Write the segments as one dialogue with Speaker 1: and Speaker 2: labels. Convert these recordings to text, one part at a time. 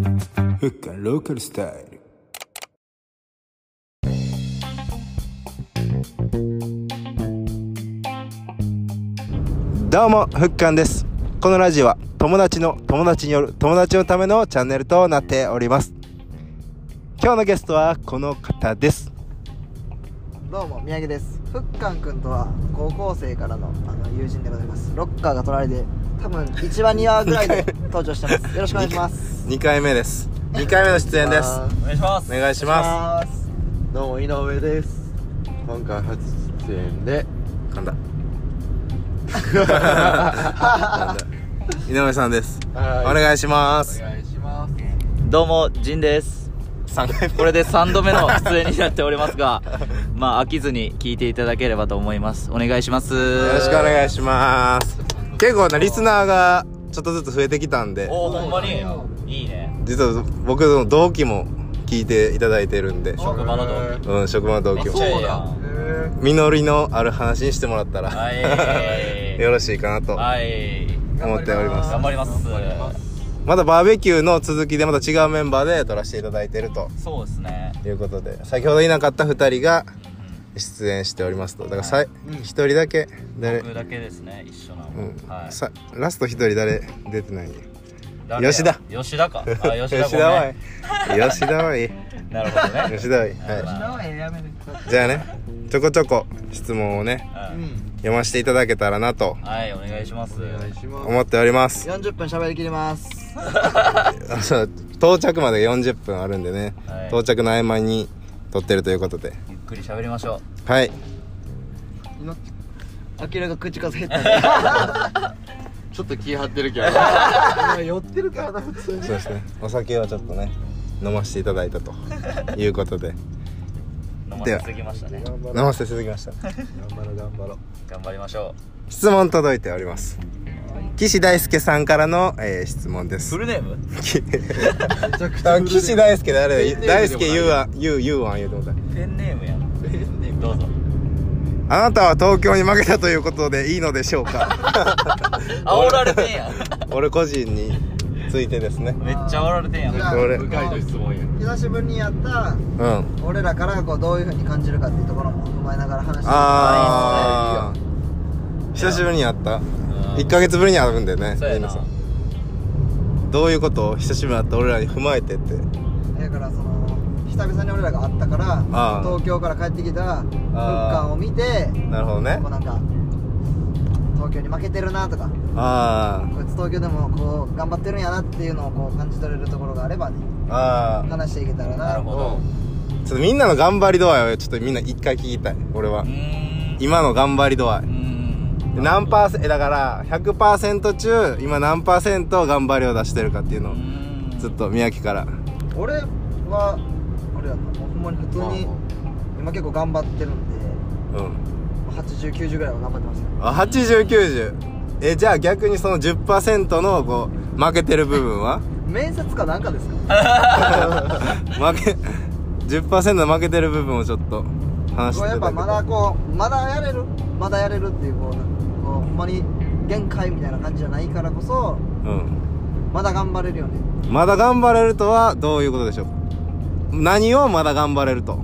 Speaker 1: 物件ローカルスタイル
Speaker 2: どうもふっかんですこのラジオは友達の友達による友達のためのチャンネルとなっております今日のゲストはこの方です
Speaker 3: どうも宮城ですふっかんくんとは高校生からのあの友人でございますロッカーが取られて多分1話2話ぐらいで登場してますよろしくお願いします
Speaker 2: 2回目です2回目の出演です
Speaker 3: あ
Speaker 4: お願いします
Speaker 2: お願いしま
Speaker 3: ーす
Speaker 5: どうも井上です今回初出演です
Speaker 2: 噛んだ噛んだ井上さんですお
Speaker 5: はい
Speaker 2: 願いします
Speaker 5: 願いします
Speaker 4: どうもジンです
Speaker 2: 3回目
Speaker 4: これで3度目 の出演になっておりますがまあ飽きずに聞いていただければと思いますお願いします
Speaker 2: よろしくお願いします結構なリスナーがちょっとずつ増えてきたんで
Speaker 4: おおほんまにいいね
Speaker 2: 実は僕の同期も聞いていただいてるんで
Speaker 4: 職場の同期
Speaker 2: うん職場の同期
Speaker 4: めっ
Speaker 2: も
Speaker 4: ちゃええやん
Speaker 2: 実りのある話にしてもらったら、
Speaker 4: はい
Speaker 2: よろしいかなと
Speaker 4: はい
Speaker 2: 思っております
Speaker 4: 頑張ります
Speaker 2: まだバーベキューの続きでまた違うメンバーで撮らせていただいてると
Speaker 4: そうですね
Speaker 2: いうことで先ほどいなかった2人が出演しておりますとだからさい、1人だけ誰、
Speaker 4: 僕だけですね一緒なの、
Speaker 2: うん
Speaker 4: はい
Speaker 2: さラスト1人誰出てない
Speaker 4: 誰や
Speaker 2: 吉田
Speaker 4: 吉 田かあ吉田
Speaker 2: 吉田
Speaker 4: ご
Speaker 2: は
Speaker 4: め
Speaker 2: い吉 田はいい
Speaker 4: んなるほど ね
Speaker 2: 吉田はいいは
Speaker 3: 名前やめる
Speaker 2: いじゃあねちょこちょこ質問をね
Speaker 3: うん
Speaker 2: 読ませていただけたらなと
Speaker 4: はいお願いします
Speaker 5: お願いします
Speaker 2: 思っております
Speaker 3: 40分喋りきります
Speaker 2: あそう 到着まで40分あるんでね、
Speaker 4: はい
Speaker 2: 到着の合間に撮ってるということで
Speaker 4: ゆっくり喋りましょう
Speaker 2: はい
Speaker 3: あきらが口数減ったね
Speaker 5: ちょっと気張ってるけど今寄ってるからな普通に
Speaker 2: そうですねお酒はちょっとね飲ませていただいたということで
Speaker 4: 飲ませすぎましたね
Speaker 5: 頑張
Speaker 2: 飲
Speaker 5: ろう
Speaker 2: ませていただきました
Speaker 5: 頑張ろう頑張ろう
Speaker 4: 頑張りましょ
Speaker 2: 質問届いております岸大輔さんからの、えー質問で
Speaker 4: う
Speaker 2: す
Speaker 4: フルネーム
Speaker 5: めちゃくちゃ
Speaker 2: あ岸大輔誰
Speaker 5: ペンネームでもない
Speaker 2: だ大輔ゆうあゆうゆうあん言うてもうた
Speaker 4: ペンネームやん
Speaker 5: ペンネーム
Speaker 4: どう ぞ
Speaker 2: あなたは東京に負けたということでいいのでしょうか
Speaker 4: 煽られてんやん
Speaker 2: 俺個人についてですね
Speaker 4: めっちゃ煽られてんやん
Speaker 3: じ
Speaker 4: は
Speaker 3: ゃあ
Speaker 2: どれ
Speaker 5: 向井の質問や
Speaker 3: 久しぶりにやった
Speaker 2: うん
Speaker 3: 俺らからこうどういう風に感じるかっていうところも踏まえながら話して
Speaker 2: あー久しぶりに会った
Speaker 4: い
Speaker 2: 1ヶ月ぶりに会うんでね
Speaker 4: そうや
Speaker 2: 皆
Speaker 4: な
Speaker 2: さんどういうことを久しぶりに会った俺らに踏まえてって
Speaker 3: だからその久々に俺らが会ったから
Speaker 2: あー
Speaker 3: 東京から帰ってきたふっかんを見て
Speaker 2: なるほどね
Speaker 3: こうなんか東京に負けてるなとか
Speaker 2: あ
Speaker 3: こいつ東京でもこう頑張ってるんやなっていうのをこう感じ取れるところがあればね
Speaker 2: あああ
Speaker 3: 話していけたらな
Speaker 4: なるほど
Speaker 2: ちょっとみんなの頑張り度合いをちょっとみんな一回聞きたい俺は
Speaker 4: うーん
Speaker 2: 今の頑張り度合いう
Speaker 4: ーん
Speaker 2: 何パーセントだから100%中今何パーセント頑張りを出してるかっていうのを
Speaker 4: うーん
Speaker 2: ずっと宮城から
Speaker 3: 俺は俺はもうほんまに普通に今結構頑張ってるんで
Speaker 2: うん
Speaker 3: 8090ぐらいは頑張ってますよ
Speaker 2: あ8090えじゃあ逆にその10%のこう負けてる部分は
Speaker 3: 面接かなんかですか
Speaker 2: 負け10%の負けてる部分をちょっと話し
Speaker 3: こ
Speaker 2: て
Speaker 3: う
Speaker 2: い
Speaker 3: や
Speaker 2: ただ
Speaker 3: っぱ
Speaker 2: け
Speaker 3: ま
Speaker 2: たら
Speaker 3: だこうまだやれるまだやれるっていうこうなんかこうほんまに限界みたいな感じじゃないからこそ
Speaker 2: うん
Speaker 3: まだ頑張れるよね
Speaker 2: まだ頑張れるとはどういうことでしょうか何をまだ頑張れると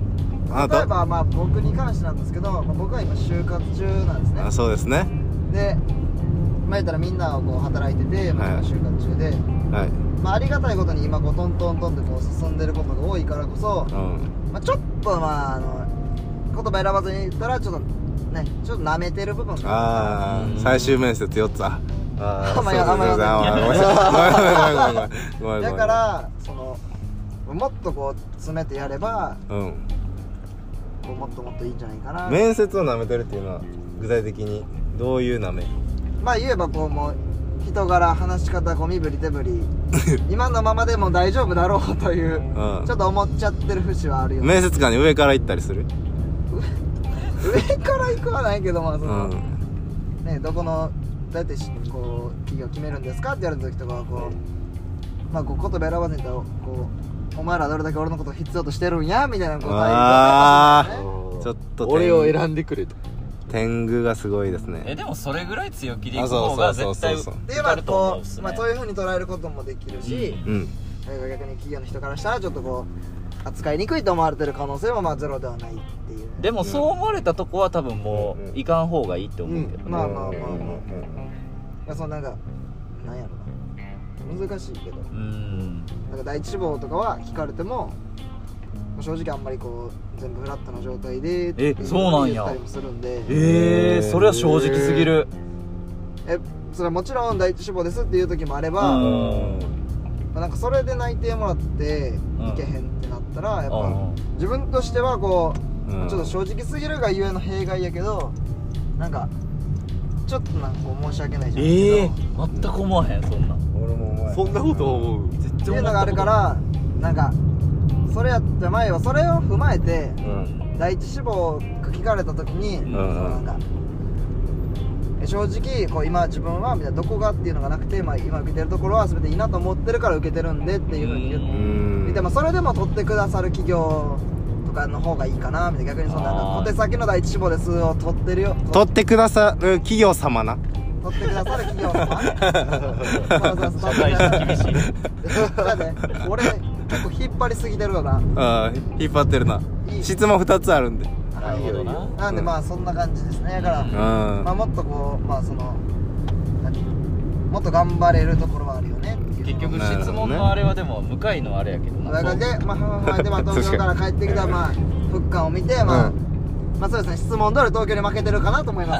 Speaker 2: あな
Speaker 3: 例え
Speaker 2: た
Speaker 3: ばまあ僕に関してなんですけど、まあ、僕は今就活中なんですね
Speaker 2: あそうですね
Speaker 3: でまあ言ったらみんなはこう働いてて、まあ
Speaker 2: はい
Speaker 3: 就活中で、
Speaker 2: はい
Speaker 3: まあ、ありがたいことに今こうトントントンでこう進んでることが多いからこそ、
Speaker 2: うん
Speaker 3: まあ、ちょっとまああの言葉選ばずに言ったらちょっとねちょっと舐めてる部分があ
Speaker 2: ああ最終面接4つああ
Speaker 3: あんまやあんまや
Speaker 2: あご めんごめんごめんごめんごめんごめんごめんごめんごめん
Speaker 3: るだからそのもっとこう詰めてやれば
Speaker 2: うん
Speaker 3: こうもっともっといいんじゃないかな
Speaker 2: 面接を舐めてるっていうのは具体的にどういう舐め
Speaker 3: まあ言えばこうもう人柄話し方こう身振り手 振り今のままでも大丈夫だろうという、
Speaker 2: うん
Speaker 3: ちょっと思っちゃってる節はあるよね
Speaker 2: 面接官に上から行ったりする
Speaker 3: 上から行くはないけどまあそうの、
Speaker 2: ん
Speaker 3: ねどこのどうやってしこう企業決めるんですかって言われた時とかはこうまあこう言葉選ばずにこうお前らどれだけ俺のことを必要としてるんやみたいなことは
Speaker 2: あ
Speaker 3: 言うとね
Speaker 2: ーちょっと
Speaker 5: 俺を選んでくれと
Speaker 2: 天狗がすごいです
Speaker 4: え
Speaker 2: ね
Speaker 4: でもそれぐらい強気でい
Speaker 2: あ
Speaker 4: く
Speaker 2: そ
Speaker 4: 方
Speaker 2: うそ
Speaker 4: が
Speaker 2: うそう
Speaker 4: 絶
Speaker 2: そ
Speaker 4: 対
Speaker 2: うそう
Speaker 3: で
Speaker 4: 受
Speaker 3: ま
Speaker 4: か
Speaker 3: あ
Speaker 4: ると思
Speaker 3: こ
Speaker 4: うっ
Speaker 3: う
Speaker 4: す
Speaker 3: ま
Speaker 4: ね
Speaker 3: あそういうふうに捉えることもできるし、
Speaker 2: うん
Speaker 3: それが逆に企業の人からしたらちょっとこう扱いにくいと思われてる可能性もまあゼロではないっていう
Speaker 4: でもそう思われたとこは多分も
Speaker 2: うん
Speaker 4: ういかん方がいいと思うけ
Speaker 3: う
Speaker 4: どね、
Speaker 3: んまあまあまあまあ
Speaker 2: うん
Speaker 3: まあそのなんかなんやろな難しいけど
Speaker 4: うん
Speaker 3: なんか第一志望とかは聞かれても正直あんまりこう全部フラットな状態でってい
Speaker 4: そうなん
Speaker 3: 言
Speaker 4: や
Speaker 3: ったりもするんで
Speaker 4: ええそれは正直すぎる、
Speaker 3: えそれはもちろん第一志望ですっていう時もあれば、
Speaker 4: うん
Speaker 3: まあなんかそれで内定もらって
Speaker 4: ん
Speaker 3: いけへんってなったらやっ
Speaker 4: う
Speaker 3: ぱ
Speaker 4: ん
Speaker 3: 自分としてはこう、
Speaker 2: うん
Speaker 3: ちょっと正直すぎるがゆえの弊害やけどなんかちょっとなんかこう申し訳ないじゃん
Speaker 4: ええ全く思わへんそんなん
Speaker 2: 俺もお前
Speaker 5: そんなこと思う絶
Speaker 3: っていうのがあるからなんかそれやった前はそれを踏まえて
Speaker 2: うん
Speaker 3: 第一志望が聞かれた時に、
Speaker 4: ん
Speaker 3: そのなんかえ正直こう今自分はみたいなどこがっていうのがなくて、まあ、今受けてるところは全ていいなと思ってるから受けてるんでっていうふうに言っ
Speaker 4: う
Speaker 3: て
Speaker 4: ん
Speaker 2: うん
Speaker 3: でもそれでも取ってくださる企業とかの方がいいかなみたいな逆にそのなんか
Speaker 4: あー
Speaker 3: 小手先の第一志望ですを取ってるよ
Speaker 2: 取ってくださる企業様な
Speaker 3: 取ってくださる企業様 そうそう そう
Speaker 4: 社会人厳しい
Speaker 3: だって俺結構引っ張りすぎてるよな
Speaker 2: あー引っ張ってるない
Speaker 3: い
Speaker 2: 質問2つあるんで
Speaker 4: なるほどな
Speaker 3: なんでまあそんな感じですねだから、
Speaker 2: うん
Speaker 3: まあ、もっとこうまあその何もっと頑張れるところはあるよねっていう
Speaker 4: 結局
Speaker 2: なるほどね
Speaker 4: 質問のあれはでも向かいのあれやけどな
Speaker 3: だからで、まあ、まあまあでまあ東京から帰ってきた、まあ、復刊を見て、まあ、
Speaker 2: うん
Speaker 3: まあそうですね、質問通り東京に負けてるかなと思いま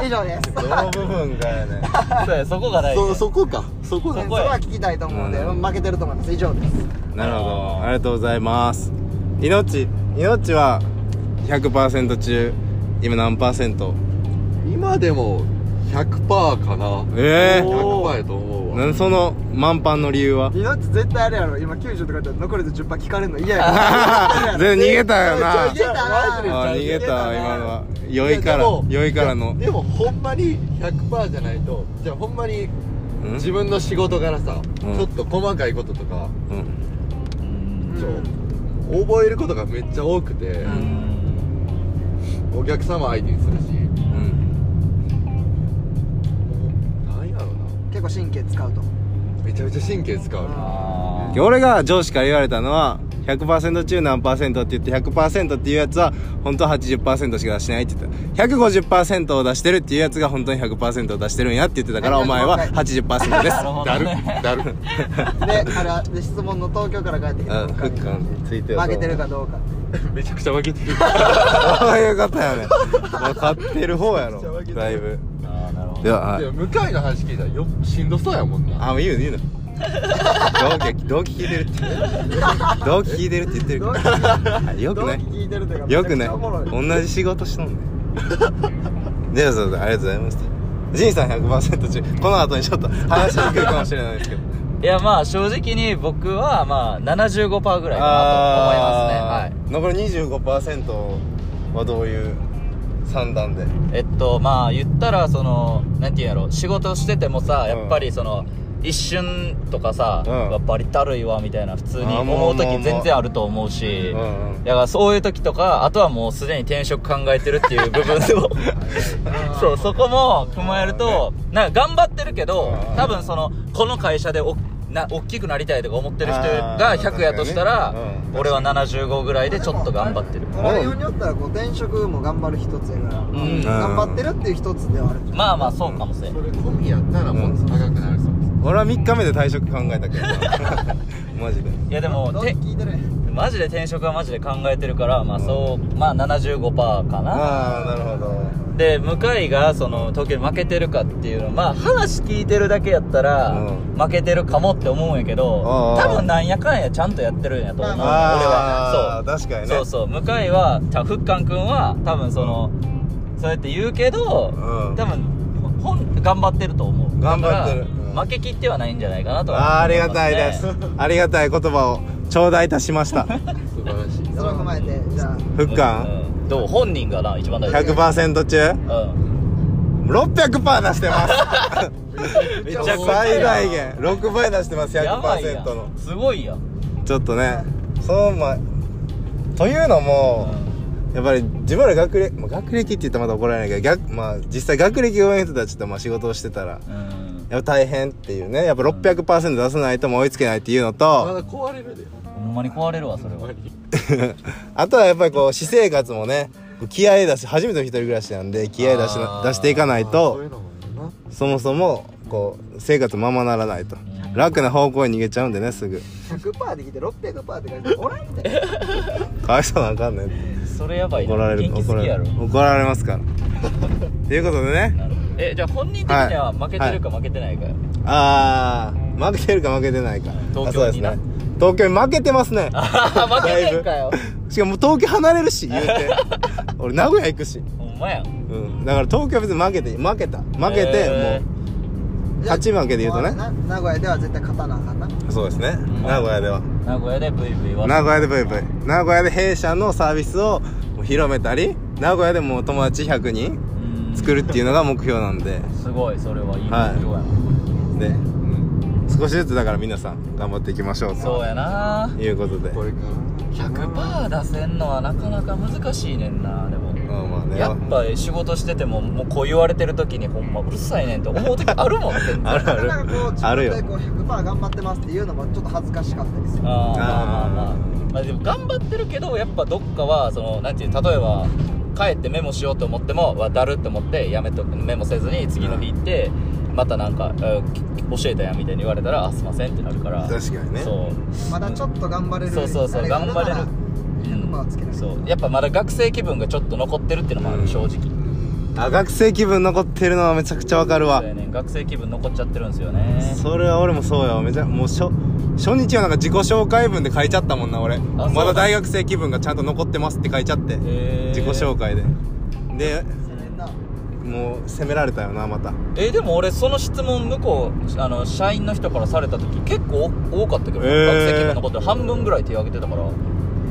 Speaker 3: す。以上です。
Speaker 2: どの部分がやね
Speaker 4: そうやそこが大事
Speaker 5: そそこかそこ
Speaker 3: そ
Speaker 5: だ
Speaker 4: こ
Speaker 3: こは聞きたいと思うので、
Speaker 2: うん
Speaker 3: 負けてると思います。以上です。
Speaker 2: なるほどありがとうございます命命は100%中今何パーセント
Speaker 5: 今でも100%かな
Speaker 2: ええ
Speaker 5: 100%やと思うわ
Speaker 2: なんその満帆の理由は
Speaker 3: 命絶対あれやろ、今90とか言ったら残りで10%聞かれるの嫌 や
Speaker 2: 全部逃げたよ な
Speaker 3: 逃げた
Speaker 5: マジで
Speaker 3: な。
Speaker 2: あー逃げた今のは酔いか
Speaker 5: や
Speaker 2: ら
Speaker 5: でも
Speaker 2: 酔いからの
Speaker 5: でもほんまに100%じゃないとじゃあほんまに
Speaker 2: うん
Speaker 5: 自分の仕事からさ、
Speaker 2: うん
Speaker 5: ちょっと細かいこととか、
Speaker 2: うん
Speaker 4: うん
Speaker 5: そう
Speaker 3: うん
Speaker 5: 覚えることがめっちゃ多くて、お客様相手にするし
Speaker 2: うん
Speaker 5: なんやろ
Speaker 3: 結構神経使うと。
Speaker 5: なめちゃめちゃ神経使うな
Speaker 4: あー
Speaker 2: 俺が上司から言われたのは100%中何パーセントって言って100%っていうやつは本当は80%しか出してないって言った150%を出してるっていうやつが本当に100%を出してるんやって言ってたからお前は80%です
Speaker 4: なるほど
Speaker 5: だる
Speaker 4: ね
Speaker 5: だる
Speaker 3: で、あれは、で質問の東京から帰ってきた
Speaker 2: うん
Speaker 3: 復
Speaker 2: フッカ
Speaker 3: 刊
Speaker 2: について
Speaker 3: に
Speaker 2: は
Speaker 3: 負けてるかどうか。
Speaker 5: めちゃくちゃ負けてる
Speaker 2: そういうことやね分かってる方やろだいぶ
Speaker 4: あーなるほど
Speaker 2: ではあ
Speaker 5: でも向かいの話聞いたらよしんどそうやもんな
Speaker 2: あもう言うの言うの同期同期聞いてるって同期聞いてるって言ってる
Speaker 3: 同期
Speaker 2: からよく
Speaker 3: 同
Speaker 2: な
Speaker 3: 期
Speaker 2: い
Speaker 3: 聞いてるとかめちゃ
Speaker 2: よ
Speaker 3: く
Speaker 2: く
Speaker 3: ち
Speaker 2: ね
Speaker 3: ゃおもろい。
Speaker 2: 同じ仕事しとんねん ではそうだありがとうございましたジンさん100%中この後にちょっと話しにくいかもしれないですけど
Speaker 4: いやまあ正直に僕はまあ75%ぐらいかなと思いますねは
Speaker 2: すねは
Speaker 4: い
Speaker 2: い残り25%はどういう算段で
Speaker 4: えっとまあ言ったらそのなんていうんやろ仕事しててもさやっぱりその、一瞬とかさ、
Speaker 2: うん
Speaker 4: うわバリたるいわみたいな普通に
Speaker 2: あーも
Speaker 4: 思
Speaker 2: うも
Speaker 4: う
Speaker 2: う
Speaker 4: 時
Speaker 2: もう
Speaker 4: 全然あると思うし、
Speaker 2: うんうん
Speaker 4: だからそういう時とかあとはもうすでに転職考えてるっていう 部分をそうそこも踏まえるとなんか頑張ってるけど
Speaker 2: うん
Speaker 4: 多分そのこの会社でおな大きくなりたいとか思ってる人
Speaker 2: あ
Speaker 4: が
Speaker 2: ー
Speaker 4: 100やとしたら、
Speaker 2: 確かにねうん
Speaker 4: 俺は75ぐらいでちょっと頑張ってる
Speaker 3: トライオンによったらこう転職も頑張る一つやから、
Speaker 4: ん
Speaker 3: 頑張ってるっていう一つではある
Speaker 4: まあまあそうかもしれん
Speaker 5: それ込みやったらもっと高くなるそうです
Speaker 2: 俺は3日目で退職考えた けどなマジで
Speaker 4: いやでも
Speaker 3: どう
Speaker 4: て
Speaker 3: 聞いてる
Speaker 4: マジで転職はマジで考えてるからまあそうまあ75%かな
Speaker 2: ああなるほど
Speaker 4: で向井がその東京に負けてるかっていうのまあ話聞いてるだけやったら
Speaker 2: う
Speaker 4: 負けてるかもって思うんやけど
Speaker 2: ああ
Speaker 4: 多分なんやかんやちゃんとやってるんやと思う
Speaker 2: あ
Speaker 4: 俺は
Speaker 2: ー
Speaker 4: そう
Speaker 2: 確かにね
Speaker 4: そうそう向井はじゃあふっかんくんは多分そのそうやって言うけど
Speaker 2: うん
Speaker 4: 多分本頑張ってると思う
Speaker 2: 頑張ってる
Speaker 4: だから
Speaker 2: うん
Speaker 4: 負けきってはないんじゃないかなとは思
Speaker 2: あーあり
Speaker 4: いますね
Speaker 2: がたいですありがたい言葉を頂戴いたしま した
Speaker 5: 素晴らしい
Speaker 3: それを踏まえてじゃあ
Speaker 2: ふっかん
Speaker 4: うんどう本人がな一番大事
Speaker 2: 100%中
Speaker 4: うん
Speaker 2: 600%出してます
Speaker 4: めちゃくちゃ
Speaker 2: 最大限6倍出してます
Speaker 4: やばいや
Speaker 2: 100%の
Speaker 4: んすごいやん
Speaker 2: ちょっとねそうまというのもやっぱり自分ら学歴、まあ、学歴って言ったらまだ怒られないけど逆、まあ、実際学歴が上の人たちとまあ仕事をしてたら
Speaker 4: うん
Speaker 2: やっぱ大変っていうねやっぱ600%出さないともう追いつけないっていうの
Speaker 5: ま
Speaker 2: と
Speaker 5: だ壊れるで
Speaker 4: ほんまに壊れるわそれ
Speaker 5: ほん
Speaker 4: は
Speaker 5: まに
Speaker 2: あとはやっぱりこう私生活もね気合い出し初めての一人暮らしなんで気合い出し
Speaker 4: あ
Speaker 2: な
Speaker 4: ー
Speaker 2: 出していかない
Speaker 5: あーそうい
Speaker 2: と
Speaker 5: うのもあるな
Speaker 2: そもそもこう生活ままならないと
Speaker 4: ん
Speaker 2: 楽な方向に逃げちゃうんでねすぐ
Speaker 3: 100%できて600%って感じでおらんみたい な
Speaker 2: かわいそうなんかんねん
Speaker 4: それやばいな
Speaker 2: 怒られる
Speaker 4: 元気す
Speaker 2: 怒ら
Speaker 4: ぎ
Speaker 2: れ
Speaker 4: やろ
Speaker 2: る怒られますからということでね
Speaker 4: なるほどえじゃあ本人的には負けてるか負けてないか、
Speaker 2: あー負けてるか負けてないか
Speaker 4: 東京にな
Speaker 2: あそうですね東京に負けてますね
Speaker 4: あ 負けてんかよ
Speaker 2: しかも東京離れるし言うて俺名古屋行くし、
Speaker 4: ほんまやん
Speaker 2: うん、だから東京は別に負けて負けた負けても
Speaker 4: え
Speaker 2: う、勝ち負けで言うとね
Speaker 3: もあれな名古屋では絶対勝たなあかんな
Speaker 2: そうですね
Speaker 4: ん
Speaker 2: 名古屋では
Speaker 4: ー名古屋でブイブイ
Speaker 2: 名
Speaker 4: 笑
Speaker 2: 古屋でブイブイ名古屋で弊社のサービスをもう広めたり名古屋でもう友達100人
Speaker 4: ううん
Speaker 2: 作るっていうのが目標なんです
Speaker 4: ごいそれはいい目標
Speaker 2: はいで、
Speaker 4: やな、
Speaker 2: うん、少しずつだから皆さん頑張っていきましょう
Speaker 4: そうやな
Speaker 2: ということで
Speaker 5: これから
Speaker 4: 100%出せんのはなかなか難しいねんなでも
Speaker 2: うんまあね
Speaker 4: やっぱ仕事しててももうこう言われてる時にほんまうるさいねんと思う時あ るもんね
Speaker 2: あるある
Speaker 3: なんかこう自
Speaker 2: ある
Speaker 3: 分
Speaker 2: よ
Speaker 3: でこう100%頑張ってますっていうのもちょっと恥ずかしかったりする
Speaker 4: あーまあまあまあ
Speaker 2: あー
Speaker 4: まあでも頑張ってるけどやっぱどっかはそのなんていう例えば帰ってメモしようと思ってもわだるって思ってやめとくメモせずに次の日行って、またなんか、えーきき教えたやんみたいに言われたらあすいませんってなるから
Speaker 2: 確かにね
Speaker 4: そう
Speaker 3: まだちょっと頑張れる
Speaker 4: そうそうそう
Speaker 3: あがあなら
Speaker 4: 頑張れる
Speaker 3: 100%はつけない
Speaker 4: そうやっぱまだ学生気分がちょっと残ってるっていうのもある、
Speaker 2: うん
Speaker 4: 正直
Speaker 2: あ学生気分残ってるのはめちゃくちゃわかるわ
Speaker 4: そうやねん学生気分残っちゃってるんですよね
Speaker 2: それは俺もそうよめちゃもうしょ初日はなんか自己紹介文で書いちゃったもんな俺
Speaker 4: そうなん
Speaker 2: まだ大学生気分がちゃんと残ってますって書いちゃって
Speaker 4: え
Speaker 2: 自己紹介でで
Speaker 3: それな
Speaker 2: もう責められたよなまた
Speaker 4: えーでも俺その質問向こうあの社員の人からされた時結構多かったけど、
Speaker 2: えー
Speaker 4: 学生気分のこと半分ぐらい手挙げてたから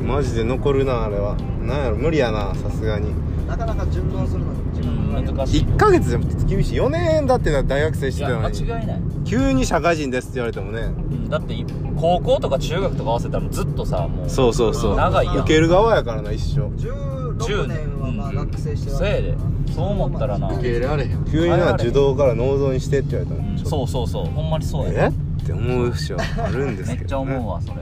Speaker 2: マジで残るなあれはなんやろ無理やなさすがに
Speaker 3: なかなか順応するのに時間かかる
Speaker 4: 難しいよ
Speaker 2: 1ヶ月でも厳しい4年だって大学生し
Speaker 4: い
Speaker 2: て
Speaker 4: や
Speaker 2: たの
Speaker 4: 間
Speaker 2: に
Speaker 4: 違いない
Speaker 2: 急に社会人ですって言われてもね
Speaker 4: だってい高校とか中学とか合わせたらずっとさもう
Speaker 2: そうそうそう
Speaker 4: 長いやん
Speaker 2: 受ける側やからな一生
Speaker 3: 16年はまあ
Speaker 4: うん
Speaker 3: 学生して
Speaker 4: そうやでそう思ったらな
Speaker 5: 受け入れられへん
Speaker 2: 急にな受動から農蔵にしてって言われた
Speaker 4: う
Speaker 2: の
Speaker 4: ん
Speaker 2: ちょっと
Speaker 4: そうそうそうほんまにそう
Speaker 2: え
Speaker 4: や
Speaker 2: って思う節はあるんです
Speaker 4: め
Speaker 2: けど、ね、
Speaker 4: っちゃ思うわそれ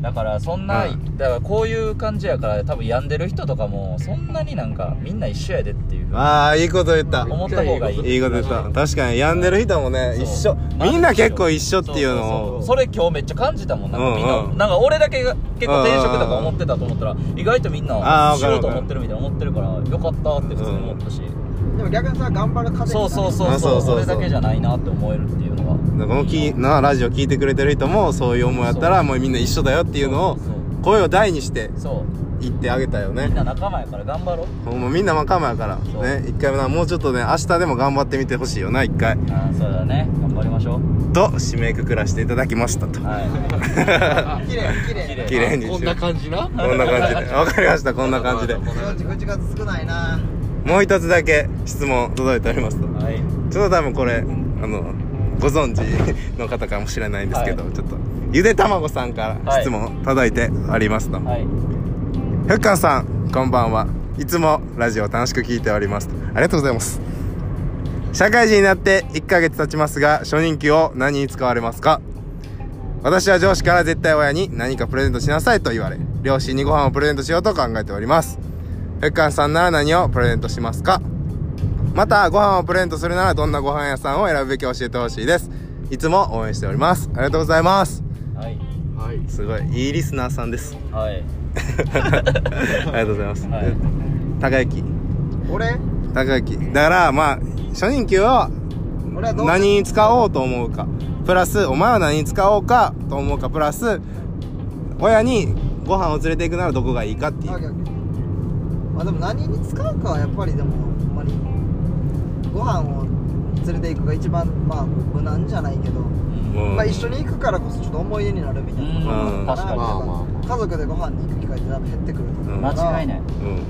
Speaker 4: だからそんな、
Speaker 2: うん
Speaker 4: だからこういう感じやから多分病んでる人とかもそんなになんかみんな一緒やでっていう
Speaker 2: ああいいこと言った
Speaker 4: 思った方がいい
Speaker 2: いいこと言った確かに病んでる人もね一緒
Speaker 4: そう
Speaker 2: みんな結構一緒っていうのを
Speaker 4: そそそれ今日めっちゃ感じたもんなんかみんな,、
Speaker 2: うんうん
Speaker 4: なんか俺だけが結構転職とか思ってたと思ったら意外とみん
Speaker 2: あ
Speaker 4: な
Speaker 2: ー
Speaker 4: しようと
Speaker 2: わかるわかる
Speaker 4: 思ってるみたいな思ってるからよかったって普通に思ったし、
Speaker 3: でも逆にさ頑張る風
Speaker 4: そうそうそう
Speaker 2: あそ
Speaker 4: そうう
Speaker 2: そうそう
Speaker 4: それだけじゃないなって思えるっていうのがっ
Speaker 2: このきなラジオ聞いてくれてる人もそういう思いやったらもうみんな一緒だよっていうのを声を大にして
Speaker 4: そう
Speaker 2: 言ってあげたよ
Speaker 4: みん
Speaker 2: ね
Speaker 4: な仲間やから頑張ろう
Speaker 2: ほんまみんな仲間やから
Speaker 4: そう
Speaker 2: ね一回もなもうちょっとね明日でも頑張ってみてほしいよな一回
Speaker 4: ああそうだね頑張りましょう
Speaker 2: と締めくくらせていただきましたと
Speaker 4: はい
Speaker 3: 綺麗綺麗
Speaker 2: 綺麗に
Speaker 5: こん
Speaker 2: し
Speaker 5: な
Speaker 2: よう
Speaker 5: 感じな
Speaker 2: こんな感じでわかりましたこんな感じで
Speaker 3: 48月少ないな
Speaker 2: もう一つだけ質問届いておりますと
Speaker 4: はい
Speaker 2: ちょっと多分これあのご存知の方かもしれないんですけど、ちょっとゆでたまごさんから質問届いてありますと、
Speaker 4: はい
Speaker 2: ふっかんさんこんばんはいつもラジオ楽しく聞いておりますとありがとうございます社会人になって1ヶ月経ちますが初任給を何に使われますか私は上司から絶対親に何かプレゼントしなさいと言われ両親にご飯をプレゼントしようと考えておりますふっかんさんなら何をプレゼントしますかまたご飯をプレゼントするならどんなご飯屋さんを選ぶべき教えてほしいですいつも応援しておりますありがとうございます
Speaker 4: はい
Speaker 5: はい
Speaker 2: すごいいいリスナーさんです
Speaker 4: はい
Speaker 2: ありがとうございます、
Speaker 4: はい
Speaker 2: 高雪
Speaker 3: 俺
Speaker 2: 高雪だからまあ初任給は
Speaker 3: 俺はどう
Speaker 2: 何に使おうと思うかプラスお前は何に使おうかと思うかプラス親にご飯を連れて行くならどこがいいかってい
Speaker 3: あ
Speaker 2: う
Speaker 3: 逆にまあでも何に使うかはやっぱりでもほんまにご飯を連れて行くが一番まあ無難じゃないけど、
Speaker 2: うん
Speaker 3: まあ一緒に行くからこそちょっと思い出になるみたいなところもあるから
Speaker 5: まあ
Speaker 4: うん
Speaker 5: まあまあ
Speaker 3: 家族でご飯に行く機会って多分減ってくると思うから
Speaker 4: 間違いない
Speaker 2: うん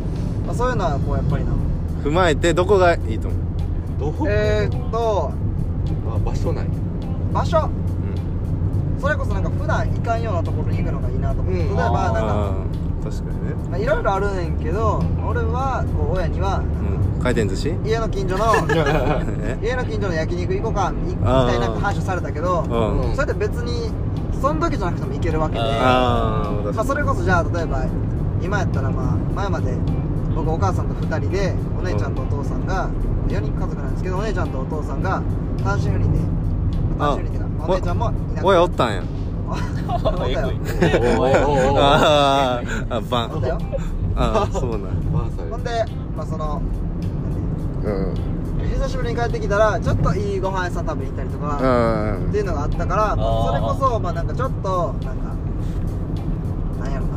Speaker 3: まあ、そういうのはこうやっぱりな
Speaker 2: 踏まえてどこがいいと思う
Speaker 5: どこ
Speaker 3: えー、っと
Speaker 5: あ場所 ない
Speaker 3: 場所
Speaker 2: うん
Speaker 3: それこそなんか普段行かんようなところに行くのがいいなと思って、
Speaker 5: うん
Speaker 3: 例えばなんか
Speaker 2: あー確かにね
Speaker 3: まあいろいろあるねんけど俺はこう親にはなんか、
Speaker 2: うん回転寿司
Speaker 3: 家の近所 の
Speaker 2: え
Speaker 3: 家の近所の焼肉行こうかみ
Speaker 2: あー
Speaker 3: たいな話をされたけど
Speaker 2: うん
Speaker 3: それって別にその時じゃなくても行けるわけでま
Speaker 2: ああ
Speaker 3: あそれこそじゃあ例えば今やったらまあ前まで僕お母さんと2人でお姉ちゃんとお父さんが4人家族なんですけどお姉ちゃんとお父さんが単身赴任で単身赴任っていうか
Speaker 2: あ
Speaker 3: お姉ちゃんもいなく
Speaker 2: おいおったんや
Speaker 3: おったよ
Speaker 5: おいおいおい
Speaker 2: あーあバ
Speaker 3: おったよ
Speaker 2: ンあーそうなん
Speaker 5: ばあさん
Speaker 3: ほ
Speaker 5: や
Speaker 3: んでまあその
Speaker 2: うん
Speaker 3: 久しぶりに帰ってきたらちょっといいご飯屋さん食べに行ったりとか
Speaker 2: うん
Speaker 3: っていうのがあったから
Speaker 4: ー
Speaker 3: それこそまあなんかちょっとなんかなんやろな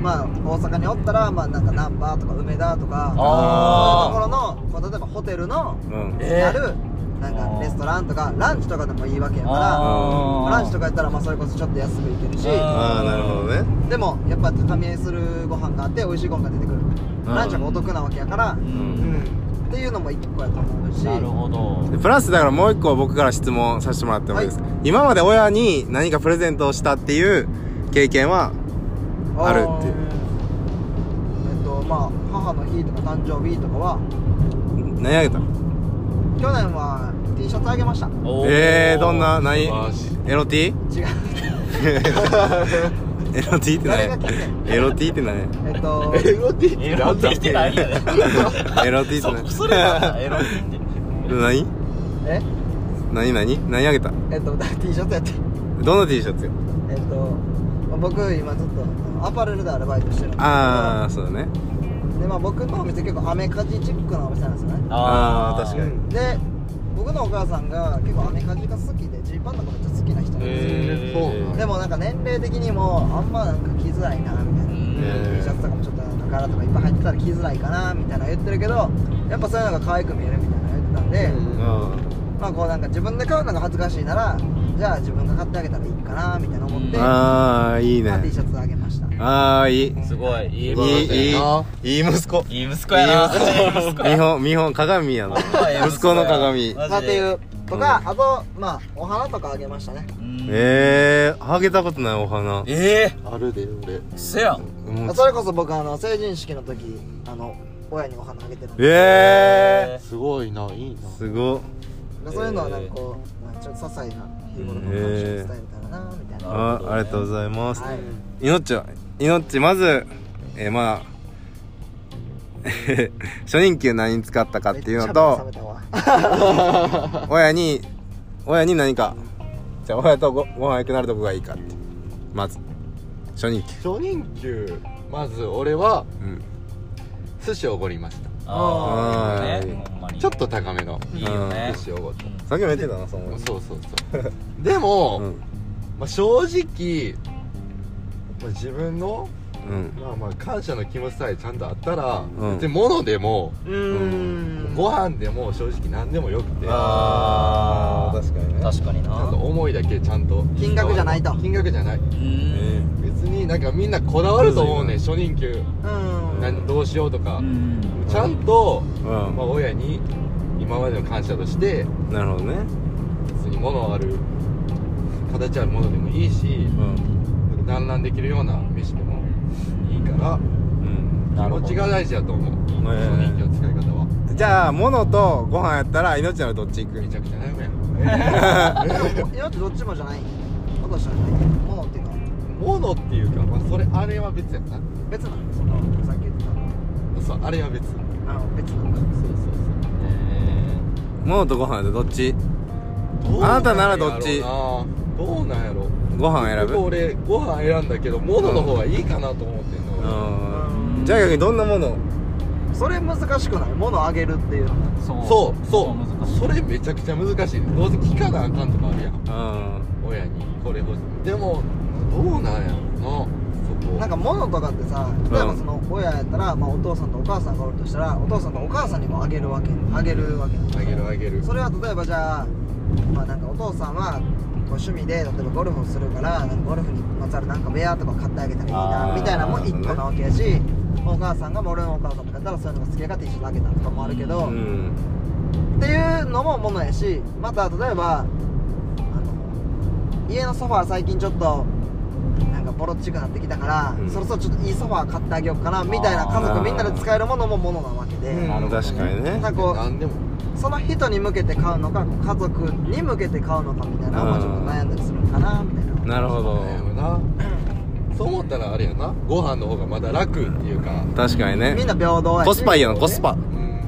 Speaker 3: まあ大阪におったらまあなんか難波とか梅田とか
Speaker 4: あー
Speaker 3: そういうところのこう例えばホテルの
Speaker 2: うん
Speaker 4: えー
Speaker 3: あるなんかレストランとかランチとかでもいいわけやか
Speaker 4: あー
Speaker 3: らランチとかやったらまあそれこそちょっと安く行けるし
Speaker 2: ああなるほどね
Speaker 3: でもやっぱ高見えするご飯があって美味しいご飯が出てくる
Speaker 2: うん
Speaker 3: ランチがお得なわけやから
Speaker 4: う
Speaker 3: うんんっていうのも一個やと思うし
Speaker 4: なるほど
Speaker 2: でプラスだからもう一個僕から質問させてもらってもいいですか、今まで親に何かプレゼントをしたっていう経験はあるっていう
Speaker 3: えっとまあ母の日とか誕生日とかは
Speaker 2: 何あげたの
Speaker 3: 去年は T シャツあげました
Speaker 4: おー
Speaker 2: えー、どんな何
Speaker 5: マジ
Speaker 2: エロティ
Speaker 3: 違う
Speaker 2: エロティって
Speaker 3: 誰が聞いて
Speaker 2: 何エロティって何
Speaker 3: えっと
Speaker 5: エロティって
Speaker 4: エ
Speaker 5: な
Speaker 4: ロ
Speaker 5: ん
Speaker 4: テ
Speaker 5: だ
Speaker 4: ィってないやねん
Speaker 2: エロティって
Speaker 4: そ
Speaker 2: 何
Speaker 4: それなんだエロティって
Speaker 2: 何
Speaker 3: え
Speaker 2: 何何何あげた
Speaker 3: えっと T シャツやって
Speaker 2: どの T シャツよ
Speaker 3: えっと僕今ずっとあのアパレルでアルバイトしてるんですけど
Speaker 2: ああそうだね
Speaker 3: でまあ僕のお店結構アメカジチックなお店なんですよね
Speaker 2: あー確かに
Speaker 3: で僕のお母さんが結構アメカジが好きでジーパンとかめっちゃ好きな人なんですよ、
Speaker 5: えーそうなん
Speaker 3: でもなんか年齢的にもあんまなんか着づらいなみたいな、
Speaker 4: うん
Speaker 3: T シャツとかもちょっとなんか柄とかいっぱい入ってたら着づらいかなみたいな言ってるけどやっぱそういうのが可愛く見えるみたいな言ってたんで、まあこうなんか自分で買うのが恥ずかしいならじゃあ自分が買ってあげたらいいかなみたいな思って、
Speaker 2: ああいい
Speaker 3: まあ、T
Speaker 2: ね
Speaker 3: シャツあげました
Speaker 2: ああいい
Speaker 4: すごいいい
Speaker 2: い
Speaker 5: 晴
Speaker 2: い
Speaker 5: らし
Speaker 2: い
Speaker 5: いない
Speaker 2: いい息子
Speaker 4: いい息子やな
Speaker 2: 見本見本鏡やな息子の鏡
Speaker 4: マジで
Speaker 3: まあっていうとか、あとまあお花とかあげましたね
Speaker 2: ええー、あげたことないお花
Speaker 4: え
Speaker 5: あるで俺
Speaker 4: えせやん
Speaker 2: うん
Speaker 3: それこそ僕あの成人式の時あの親にお花あげてるんで
Speaker 2: ええ
Speaker 5: すごいないいな
Speaker 2: ー、すご
Speaker 3: そういうのはなんかこう、まあ、ちょっと些細な日頃の話を伝えたらなみたいな、
Speaker 2: あありがとうございます、
Speaker 3: はい
Speaker 2: いのっちはイノッチまずえー、まあ 初任給何に使ったかっていうのと
Speaker 3: めっちゃ目覚めたわ
Speaker 2: 親に親に何かじゃあ親とごご飯行くなるとこがいいかってまず初任給
Speaker 5: 初任給まず俺は
Speaker 2: うん
Speaker 5: 寿司おごりました
Speaker 4: あ
Speaker 2: あ
Speaker 4: あ
Speaker 2: ー
Speaker 4: ねほんまに
Speaker 5: ちょっと高めの
Speaker 4: いいよね
Speaker 5: 寿司おごって
Speaker 2: さっきも言ってたなその
Speaker 5: そうそうそうでも、
Speaker 2: うん
Speaker 5: まあ、正直、まあ、自分の
Speaker 2: うん
Speaker 5: まあまあ感謝の気持ちさえちゃんとあったら、
Speaker 2: うん
Speaker 5: 別に物でも
Speaker 3: うーん
Speaker 5: ご飯でも正直何でもよくてちゃ
Speaker 4: あ
Speaker 2: 確かにね
Speaker 4: ー確かに
Speaker 5: んと
Speaker 4: な
Speaker 5: 思いだけちゃんと
Speaker 3: 金額じゃないと
Speaker 5: 金額じゃない
Speaker 4: うん
Speaker 5: 別になんかみんなこだわると思うね
Speaker 2: む
Speaker 5: 初任給
Speaker 3: うん
Speaker 5: 何どうしようとか、
Speaker 4: うん
Speaker 5: ちゃんと、
Speaker 2: うん
Speaker 5: まあ、親に今までの感謝として
Speaker 2: なるほどね
Speaker 5: 別に物ある形あるものでもいいし
Speaker 2: うん
Speaker 5: 団らんできるような飯でもいいから
Speaker 2: うん
Speaker 4: な
Speaker 5: 気
Speaker 4: るほ
Speaker 5: 持
Speaker 4: ど
Speaker 5: ちが大事だと思う初
Speaker 2: ええ
Speaker 5: 任給の使い方は
Speaker 2: じゃあ物とご飯やったら命ならどっち行く
Speaker 5: めちゃくちゃ悩むやん
Speaker 3: 今ってどっちもじゃないことしたんじゃないものっていうか
Speaker 5: 物っていうか、まあ、それあれは別やな
Speaker 3: 別なのそのさっき言ってた
Speaker 5: そうあれは別そう
Speaker 3: あの別なのか
Speaker 5: そう
Speaker 2: 物とご飯やったらどっち
Speaker 5: そうどう
Speaker 2: あなたならどっち
Speaker 5: んやろうなどうなんやろ
Speaker 2: ご飯選
Speaker 5: 結
Speaker 2: ぶ
Speaker 5: 構
Speaker 2: う
Speaker 5: 俺ご飯選んだけど物の方がいいかなと思ってんの、
Speaker 2: んじゃあ逆にどんなもの
Speaker 3: それ難しくないものあげるっていうのが
Speaker 4: そ
Speaker 5: そうそ
Speaker 4: 難
Speaker 5: う
Speaker 4: しい
Speaker 5: それめちゃくちゃ難しいどうせ聞かなあかんとかあるやん
Speaker 2: うん
Speaker 5: 親にこれ欲しいでもどうなんやろなそこ
Speaker 3: なんか物とかってさ例えばその親やったら、まあ、お父さんとお母さんがおるとしたらお父さんとお母さんにもあげるわけあげるわけなの
Speaker 5: あげるあげる
Speaker 3: それは例えばじゃあまあなんかお父さんはこう趣味で例えばゴルフをするからなんかゴルフにまつわるなんかウェアとか買ってあげたらいい
Speaker 2: あ
Speaker 3: な
Speaker 2: ー
Speaker 3: みたいなのも一個なわけやしお母さんがまあ俺のお母さんとかやったらそういうのが好きやから T シャツあげたとかもあるけど、
Speaker 2: う
Speaker 3: っ
Speaker 2: ん
Speaker 3: ていうのもものやしまた例えばあの家のソファー最近ちょっとなんかボロっちくなってきたから、
Speaker 2: うん
Speaker 3: そろそろちょっといいソファー買ってあげようかなみたいな家族みんなで使えるものもものなわけで、
Speaker 5: うんな
Speaker 3: な
Speaker 5: るほ
Speaker 2: うん
Speaker 5: どね
Speaker 2: 確かにね
Speaker 3: んかこう
Speaker 5: 何でも
Speaker 3: その人に向けて買うのか家族に向けて買うのかみたいなのもちょっと悩んだりするかなみたいな
Speaker 2: なるほど
Speaker 5: 悩むなそう思ったらあれやなご飯の方がまだ楽っていうか
Speaker 2: 確かにね
Speaker 3: みんな平等やし
Speaker 2: コスパいいよなコスパ
Speaker 5: うん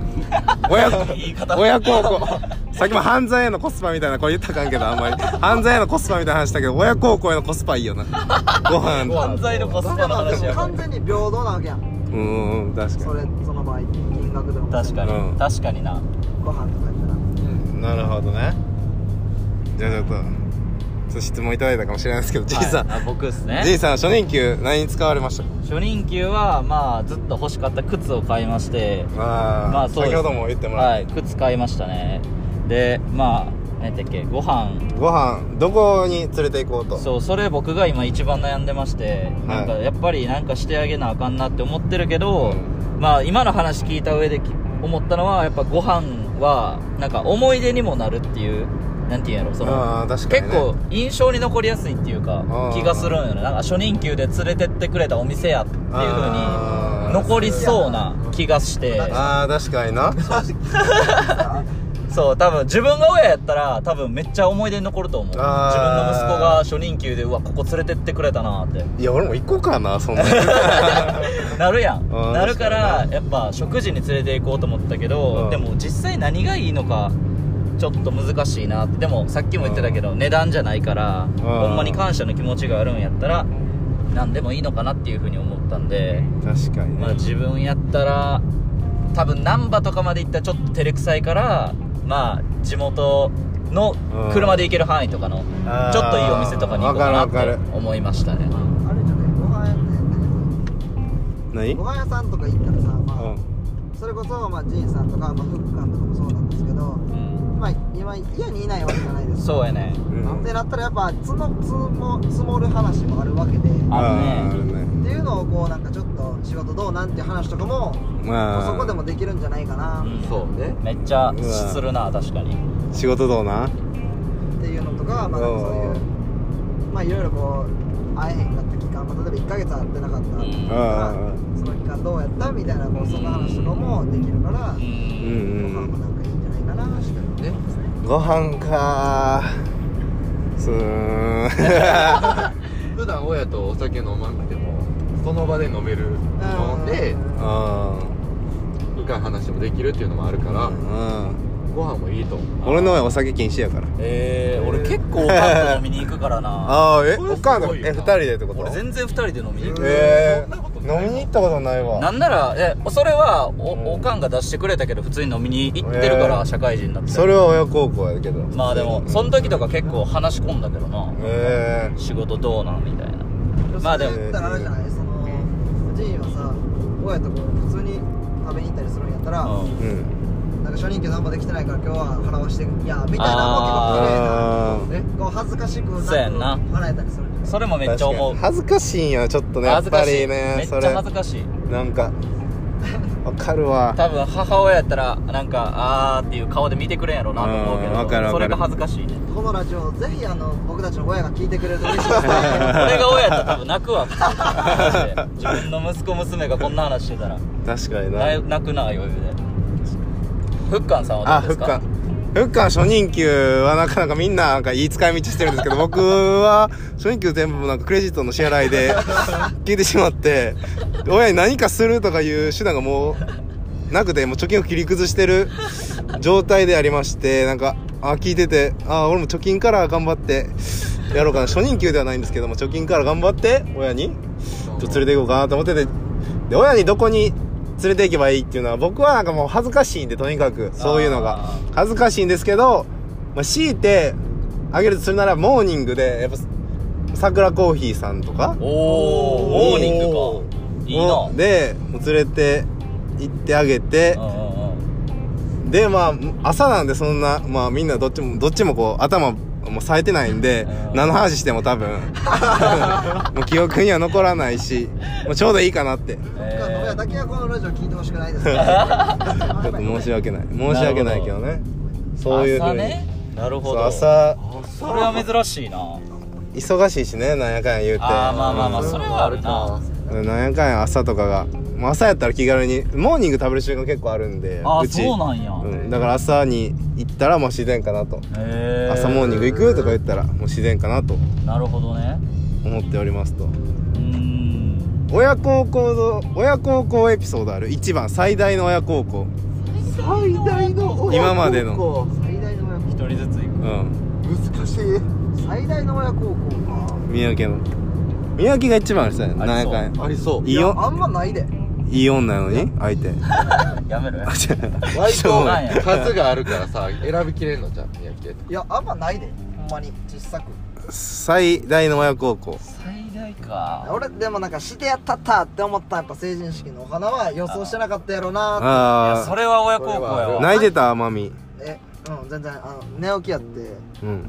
Speaker 2: 親子親孝行さっきも犯罪へのコスパみたいなこれ言ったらあかんけどあ んまり犯罪へのコスパみたいな話したけど親孝行へのコスパいいよな ご飯
Speaker 5: ご飯
Speaker 4: 犯罪のコスパの話や
Speaker 3: 完全に平等なわけやん
Speaker 2: うんうん確
Speaker 3: そ
Speaker 2: か
Speaker 3: れその場合金額とかも
Speaker 4: 確かに、
Speaker 2: うん
Speaker 4: 確かにな
Speaker 3: ご飯とかやったら
Speaker 2: になるほどねじゃあちょっとちょっと質問いただいたかもしれないですけどじいさ
Speaker 4: はいあ
Speaker 2: ん
Speaker 4: 僕っすね
Speaker 2: じいさん初任給何に使われました
Speaker 4: 初任給はまあずっと欲しかった靴を買いましてま
Speaker 2: ま
Speaker 4: あそうで
Speaker 2: 先
Speaker 4: す
Speaker 2: ほども言ってもら
Speaker 4: は
Speaker 2: っ
Speaker 4: い靴買いましたねでまあ何だっけご飯
Speaker 2: たご飯どこに連れて行こうと
Speaker 4: そうそれ僕が今一番悩んでまして、なんかやっぱりなんかしてあげなあかんなって思ってるけど、まあ今の話聞いた上でき思ったのはやっぱご飯はなんか思い出にもなるっていうなんていうんやろそ
Speaker 2: あ
Speaker 4: の
Speaker 2: ー確かにね
Speaker 4: 結構印象に残りやすいっていうか
Speaker 2: あー
Speaker 4: 気がするんよねなんか初任給で連れてってくれたお店やっていうふう
Speaker 2: あ
Speaker 4: に
Speaker 2: ー
Speaker 4: 残りそうな気がして
Speaker 2: ああ確かにな
Speaker 4: そう多分自分が親やったら多分めっちゃ思い出に残ると思う自分の
Speaker 2: あー
Speaker 4: 息子が初任給でうわここ連れてってくれたなって
Speaker 2: いや俺も行こうかな そんな
Speaker 4: なるやん
Speaker 2: あー
Speaker 4: なるか
Speaker 2: 確からに
Speaker 4: やっぱ食事に連れて行こうと思ったけ
Speaker 2: う
Speaker 4: ど
Speaker 2: ん
Speaker 4: でも実際何がいいのかちょっと難しいなってでもさっきも言ってたけど値段じゃないからほんまに感謝の気持ちがあるんやったら何でもいいのかなっていうふうに思ったんで
Speaker 2: 確かにね
Speaker 4: まあ自分やったら多分難波とかまで行ったらちょっと照れくさいからまあ地元の
Speaker 2: うん
Speaker 4: 車で行ける範囲とかの
Speaker 2: あー
Speaker 4: ちょっといいお店とかに行こうかな
Speaker 2: わかる
Speaker 4: っ
Speaker 2: わか
Speaker 4: て思いましたね
Speaker 3: あれじゃねご飯屋ね
Speaker 2: 何
Speaker 3: ご飯屋さんとか行ったらさ、まあ
Speaker 2: う
Speaker 3: それこそ、まあ、ジンさんとか、まあ、フッカンとかもそうなんですけど、
Speaker 4: うん
Speaker 3: まあ、今家にいないわけじゃないですか
Speaker 4: そうやね
Speaker 2: ん
Speaker 3: ってなったらやっぱ積も積も積もる話もあるわけでっ
Speaker 4: あ
Speaker 2: あ
Speaker 4: るね
Speaker 2: るね
Speaker 3: ていうのをこうなんかちょっと仕事どうなんていう話とかも
Speaker 2: まあ
Speaker 3: そこでもできるんじゃないかな
Speaker 4: うん
Speaker 5: そうね
Speaker 4: めっちゃするな確かに
Speaker 2: 仕事どうな
Speaker 3: っていうのとかまあなんかそういう
Speaker 2: う
Speaker 3: まあいろいろこう会えへんかった期間、まあ、例えば1ヶ月会ってなかった
Speaker 4: うん
Speaker 3: と
Speaker 2: う
Speaker 3: か
Speaker 2: ん
Speaker 3: その期間どうやったみたいなこうそんな話とかもできるから
Speaker 4: う
Speaker 3: ご
Speaker 2: うんん
Speaker 3: 飯もなんかいいんじゃないかなみたいな
Speaker 5: ね
Speaker 2: うんご飯かすーん
Speaker 5: 普段親とお酒飲まなくてもその場で飲める飲んで
Speaker 2: うん
Speaker 5: 深い話もできるっていうのもあるから、
Speaker 2: うん
Speaker 5: ご飯もいいと思う
Speaker 2: 俺の親お酒禁止やから
Speaker 4: えー、俺結構おかんと飲みに行くからな
Speaker 2: ああえ
Speaker 5: これ
Speaker 2: お
Speaker 5: す
Speaker 2: かん
Speaker 5: ご
Speaker 2: の
Speaker 5: いよな
Speaker 2: え二人でってこと
Speaker 4: 俺全然2人で飲みに行く
Speaker 2: え
Speaker 5: そんなこと
Speaker 2: ー
Speaker 5: ない
Speaker 2: 飲みに行ったことないわ
Speaker 4: なんならえそれはお,、
Speaker 2: うん
Speaker 4: おかんが出してくれたけど普通に飲みに行ってるか
Speaker 2: え
Speaker 4: ら、
Speaker 2: ー
Speaker 4: 社会人になって
Speaker 2: それは親孝行やけど
Speaker 4: まあでもその
Speaker 2: ん
Speaker 4: 時とか結構話し込んだけどな
Speaker 2: え
Speaker 4: 仕事どうなんみたいなまあで
Speaker 3: それ
Speaker 4: も
Speaker 3: 言ったらあれじゃないそのジンはさ親とこう普通に食べに行ったりするんやったら、
Speaker 4: うん
Speaker 2: ーうん
Speaker 3: なんか初任給何もできてないから今日は払わしていやみたいな
Speaker 2: あ
Speaker 3: わけが綺麗なこう恥ずかしくなく
Speaker 4: そうやんな
Speaker 3: 払えたりするんじゃない
Speaker 4: それもめっちゃ思う
Speaker 2: 確かに恥ずかしいんやちょっとねやっ
Speaker 4: 恥ず
Speaker 2: ぱ
Speaker 4: かし
Speaker 2: り
Speaker 4: い、め
Speaker 2: ね
Speaker 4: っち
Speaker 2: そ
Speaker 4: ゃ
Speaker 2: れ
Speaker 4: 恥ずかしい
Speaker 2: なん かわかるわ
Speaker 4: 多分母親やったらなんかあーっていう顔で見てくれんやろうなと思うけ
Speaker 2: うんわかるわかる
Speaker 4: どそれが恥ずかしいね
Speaker 3: このラジオぜひあの僕たちの親が聞いてくれると嬉しいですね
Speaker 4: 俺が親やったら多分泣 くわ自分の息子娘がこんな話してたら
Speaker 2: 確かにな
Speaker 4: な泣くな余裕でふっかんさんは
Speaker 2: あ
Speaker 4: どう
Speaker 2: ふっ
Speaker 4: です
Speaker 2: か
Speaker 4: か
Speaker 2: んふっかん初任給はなかなかみんななんかいい使い道してるん ですけど僕は初任給全部なんかクレジットの支払いで 消えてしまって親に何かするとかいう手段がもうなくてもう貯金を切り崩してる状態でありましてなんかあ聞いててあ俺も貯金から頑張ってやろうかな初任給ではないんですけども貯金から頑張って親にちょっと連れて行こうかなと思っててで親にどこに連れて行けばいいっていうのは僕はなんかもう恥ずかしいんでとにかくそういうのが
Speaker 4: あ
Speaker 2: 恥ずかしいんですけど、まあ、強いてあげるとするならモーニングでやっぱ桜コーヒーさんとか
Speaker 4: おおモーニングかいい
Speaker 2: を
Speaker 4: な
Speaker 2: でもう連れて行ってあげて
Speaker 4: うんうんうん
Speaker 2: でまあ朝なんでそんなまあみんなどっちもどっちもこう頭も冴えてないんで
Speaker 4: うん
Speaker 2: 何の話しても多 分 もう記憶には残らないしもうちょうどいいかなって
Speaker 3: 僕らの親だけはこのラジオ聞いてほしくないですね
Speaker 2: ちょっと申し訳ない申し訳ないけどねそういうふう
Speaker 4: 朝
Speaker 2: に
Speaker 4: ねなるほ
Speaker 2: そう
Speaker 4: ど
Speaker 2: 朝
Speaker 4: それは珍しいな
Speaker 2: 一忙しいしねなんやかんや言うて
Speaker 4: あーまあまあまあそれはあるな
Speaker 2: なんやかんや朝とかがもう朝やったら気軽にモーニング食べる習慣結構あるんで
Speaker 4: あー
Speaker 2: うち
Speaker 4: そうなんや
Speaker 2: うんだから朝に行ったらもう自然かなと
Speaker 4: へえ
Speaker 2: 朝モーニング行くとか言ったらもう自然かなと
Speaker 4: なるほどね
Speaker 2: 思っておりますと
Speaker 4: うーん
Speaker 2: 親孝行の親孝行エピソードある1番最大の親孝行
Speaker 5: 最大の親孝行
Speaker 2: 今までの
Speaker 3: 最大の親
Speaker 4: 一
Speaker 3: 孝
Speaker 4: 人ずつ行
Speaker 2: う
Speaker 4: く
Speaker 2: ん
Speaker 5: 難しい
Speaker 3: 行最大の親孝行か
Speaker 2: 三宅の三宅が一番あるさ
Speaker 4: そう
Speaker 2: なんやかんや
Speaker 5: ありそう
Speaker 2: いい
Speaker 3: いや
Speaker 2: よ
Speaker 3: あんまないで
Speaker 2: いい女なのに相手
Speaker 4: やめろよ
Speaker 2: あ違う
Speaker 5: 割
Speaker 2: そう
Speaker 5: と
Speaker 4: なんや
Speaker 5: 数があるから さ選びきれんのじゃん宮城で
Speaker 3: いやあんまないでほんまに小さく
Speaker 2: 最大の親孝行
Speaker 4: 最大か
Speaker 3: 俺でもなんかしてやったったって思ったやっぱ成人式のお花は予想してなかったやろな
Speaker 4: いや
Speaker 2: あ
Speaker 4: それは親孝行や
Speaker 5: それ
Speaker 4: わ
Speaker 2: あ
Speaker 5: は
Speaker 2: 泣いてたマミ
Speaker 3: えうん全然あの寝起きやって
Speaker 2: うん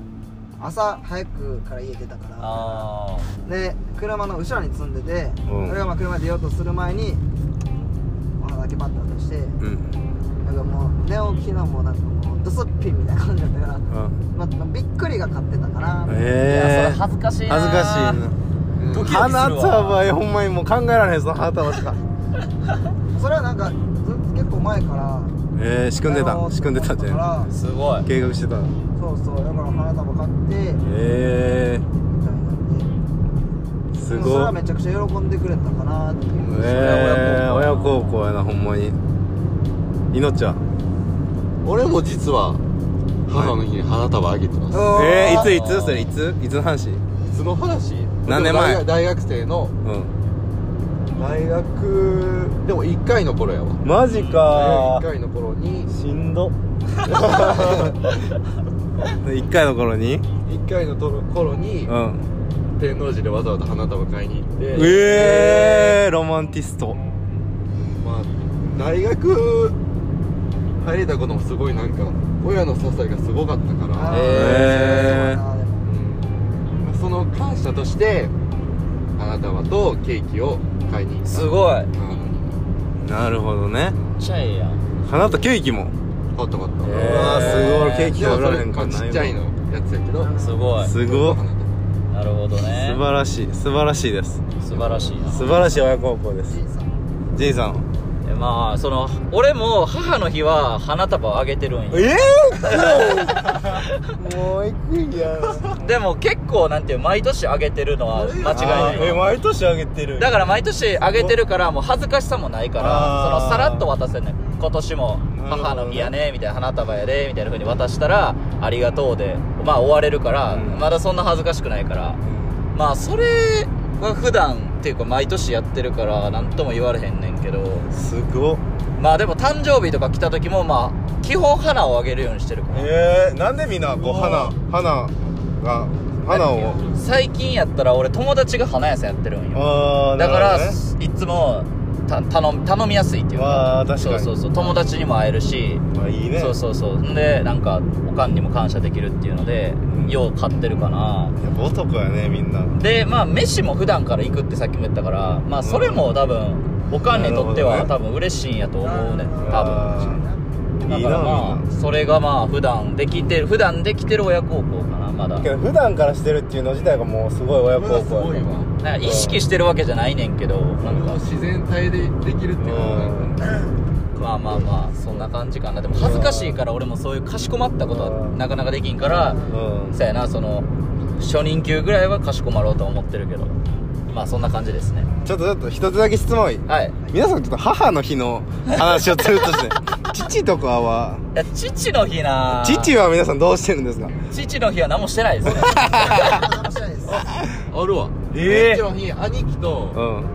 Speaker 3: 朝早くから家出たから
Speaker 4: あ
Speaker 3: で車の後ろに積んでて、
Speaker 2: うん
Speaker 3: 俺がまあ車で出ようとする前にお花だけパッと渡して
Speaker 2: うん
Speaker 3: なんかもう寝起きのもうなんかもうドスッピンみたいな感じだったから、
Speaker 2: あ
Speaker 3: まあ、びっくりが勝ってたから、
Speaker 4: ーいやそれ
Speaker 2: ええ
Speaker 4: 恥ずかしいな
Speaker 2: 恥ずかしいな
Speaker 4: ドキドキするわ
Speaker 2: 花束ほんまにもう考えられへんその花束しか
Speaker 3: それはなんかず結構前から
Speaker 2: ええ仕組んで
Speaker 3: やろう
Speaker 2: た
Speaker 3: と
Speaker 2: 仕組んでた
Speaker 3: 思
Speaker 2: じ
Speaker 3: っ
Speaker 2: ゃん
Speaker 3: から
Speaker 4: すごい
Speaker 2: 計画してた
Speaker 3: そうそうだから花束買ってみたい
Speaker 2: え
Speaker 3: なんで
Speaker 2: えす
Speaker 3: でもそれ
Speaker 2: ご
Speaker 3: はいめちゃくちゃ喜んでくれたかなっていう
Speaker 2: ええ親孝行やなほんまに命は
Speaker 5: 俺も実は母の日に花束あげてます、
Speaker 2: ええ
Speaker 3: う
Speaker 2: い
Speaker 3: わ
Speaker 2: ついつそれいついつの
Speaker 5: い、
Speaker 2: 話
Speaker 5: つの話
Speaker 2: 何年前
Speaker 5: でも大大学生の
Speaker 2: うん
Speaker 5: 大学でも1回の頃やわ
Speaker 2: マジか
Speaker 5: 1回の頃に
Speaker 2: しんど一回の頃に
Speaker 5: 1回のと頃に
Speaker 2: うん
Speaker 5: 天王寺でわざわざ花束買いに行って
Speaker 2: ええロマンティスト
Speaker 5: まあ大学入れたこともすごいなんか親の支えがすごかったから、
Speaker 3: あー
Speaker 2: えー
Speaker 3: そう
Speaker 5: うんまあその感謝として花束とケーキを買いに行った
Speaker 4: すご
Speaker 5: 長野
Speaker 4: い
Speaker 5: に
Speaker 2: なるほどね
Speaker 4: めっちゃええやん
Speaker 2: 花とケーキも
Speaker 5: 買った買った、
Speaker 2: う
Speaker 4: えー
Speaker 2: わーすごい俺ケーキ
Speaker 5: でも
Speaker 2: 食べ
Speaker 5: そ
Speaker 2: られへ
Speaker 5: れ
Speaker 2: んから
Speaker 5: ちっちゃいのやつやけど
Speaker 4: すごい
Speaker 2: すご
Speaker 5: 花
Speaker 2: い
Speaker 5: 束
Speaker 4: なるほどね
Speaker 2: 素晴らしい素晴らしいです
Speaker 4: 素晴らしいな
Speaker 2: 素晴らしい親孝行です
Speaker 3: だね
Speaker 2: じいさん
Speaker 4: えまあその俺も母の日は花束をあげてるんよ
Speaker 2: ええもうえぐいやん
Speaker 4: でも結構なんていう毎年あげてるのは間違いない
Speaker 2: え毎年あげてる
Speaker 4: だから毎年あげてるからもう恥ずかしさもないから
Speaker 2: あー
Speaker 4: そのさらっと渡せんねん今年も母の日やねみたいな花束やでみたいな風に渡したらありがとうでまあ終われるから、
Speaker 2: うん
Speaker 4: まだそんな恥ずかしくないからまあそれは普段っていうか毎年やってるから何とも言われへんねんけど
Speaker 2: すごっ
Speaker 4: まあでも誕生日とか来た時もまあ基本花をあげるようにしてるから
Speaker 2: ええなんでみんなこう花花が花を
Speaker 4: 最近やったら俺友達が花屋さんやってるんよ
Speaker 2: あー
Speaker 4: だから、
Speaker 2: なるほどね
Speaker 4: いつもた頼み頼みやすいっていう
Speaker 2: わー確かに
Speaker 4: そうそうそう友達にも会えるし、
Speaker 2: まあいいね
Speaker 4: そうそうそうんでなんかおかんにも感謝できるっていうので、
Speaker 2: ん
Speaker 4: よう買ってるかな
Speaker 2: やっぱ男やねみんな
Speaker 4: でまあ飯も普段から行くってさっきも言ったからまあそれも多分、おかんにとって
Speaker 2: な
Speaker 4: は、
Speaker 2: るほど
Speaker 4: 多分嬉しいんやと思うね多分
Speaker 2: あー
Speaker 4: だ
Speaker 2: いい
Speaker 4: か
Speaker 2: な
Speaker 4: ら
Speaker 2: み
Speaker 4: ま
Speaker 2: んな
Speaker 4: あそれがまあ普段できてる普段できてる親孝行かなまだ
Speaker 2: けど普段からしてるっていうの自体がもうすごい親
Speaker 5: これは
Speaker 2: 孝
Speaker 5: す
Speaker 2: 行
Speaker 5: ごい
Speaker 2: や
Speaker 5: わ
Speaker 4: なんか意識してるわけじゃないねんけど
Speaker 5: こ
Speaker 4: な
Speaker 5: れ
Speaker 4: ん
Speaker 5: も
Speaker 4: か
Speaker 5: 自然体でできるっていうのはなんか
Speaker 4: まあまあまあそんな感じかなでも恥ずかしいから俺もそういうかしこまったことはなかなかできんから
Speaker 2: うんうん
Speaker 4: そやなその初任給ぐらいはかしこまろうとは思ってるけどまあそんな感じですね
Speaker 2: ちょっとちょっと一つだけ質問いい
Speaker 4: はい
Speaker 2: 皆さんちょっと母の日の話をずっと して父とかはい
Speaker 4: や父の日な
Speaker 2: 父は皆さんどうしてるんですか
Speaker 4: 父の日は何もしてないですね
Speaker 3: 楽しいです
Speaker 5: あるわ
Speaker 2: ええ
Speaker 5: 父の日兄貴
Speaker 2: う
Speaker 5: と
Speaker 2: ん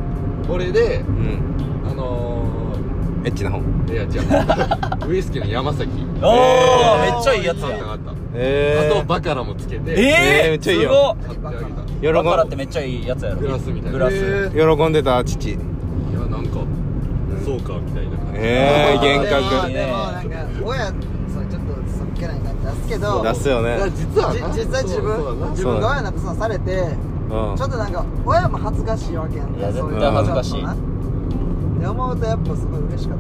Speaker 5: 俺で
Speaker 2: うん
Speaker 5: あの
Speaker 2: エッチな方
Speaker 5: ー、いや違 うウイスキーの山崎
Speaker 4: おお
Speaker 2: えー
Speaker 4: めっちゃいいやつ
Speaker 5: 買った買
Speaker 4: や
Speaker 5: った、
Speaker 2: え
Speaker 5: あ
Speaker 2: え
Speaker 5: とバカラもつけて
Speaker 2: えーめっちゃいいやん
Speaker 4: すごっ
Speaker 5: 買ってあげた
Speaker 2: 喜ん
Speaker 4: だからってめっちゃいいやつやろ
Speaker 5: グラスみたいな
Speaker 4: グラス、
Speaker 5: えー
Speaker 2: 喜んでた父
Speaker 5: いやなんか、そうかみたいな感じ
Speaker 2: ええ
Speaker 4: あー
Speaker 2: 幻覚
Speaker 3: でもでもなんか親そうちょっとそっけない感じ出すけど
Speaker 2: 出すよ
Speaker 5: いや
Speaker 2: ね
Speaker 5: 実は
Speaker 3: じ
Speaker 5: な
Speaker 3: 実際自
Speaker 5: そう
Speaker 3: 分
Speaker 5: だな
Speaker 3: 自分が親なんかそうされて
Speaker 2: うん
Speaker 3: ちょっとなんか親も恥ずかしいわけやんか
Speaker 4: いや
Speaker 3: そう
Speaker 2: 絶対恥ず
Speaker 4: かしい
Speaker 3: ちょっとなって思うとやっぱすごい嬉しかっ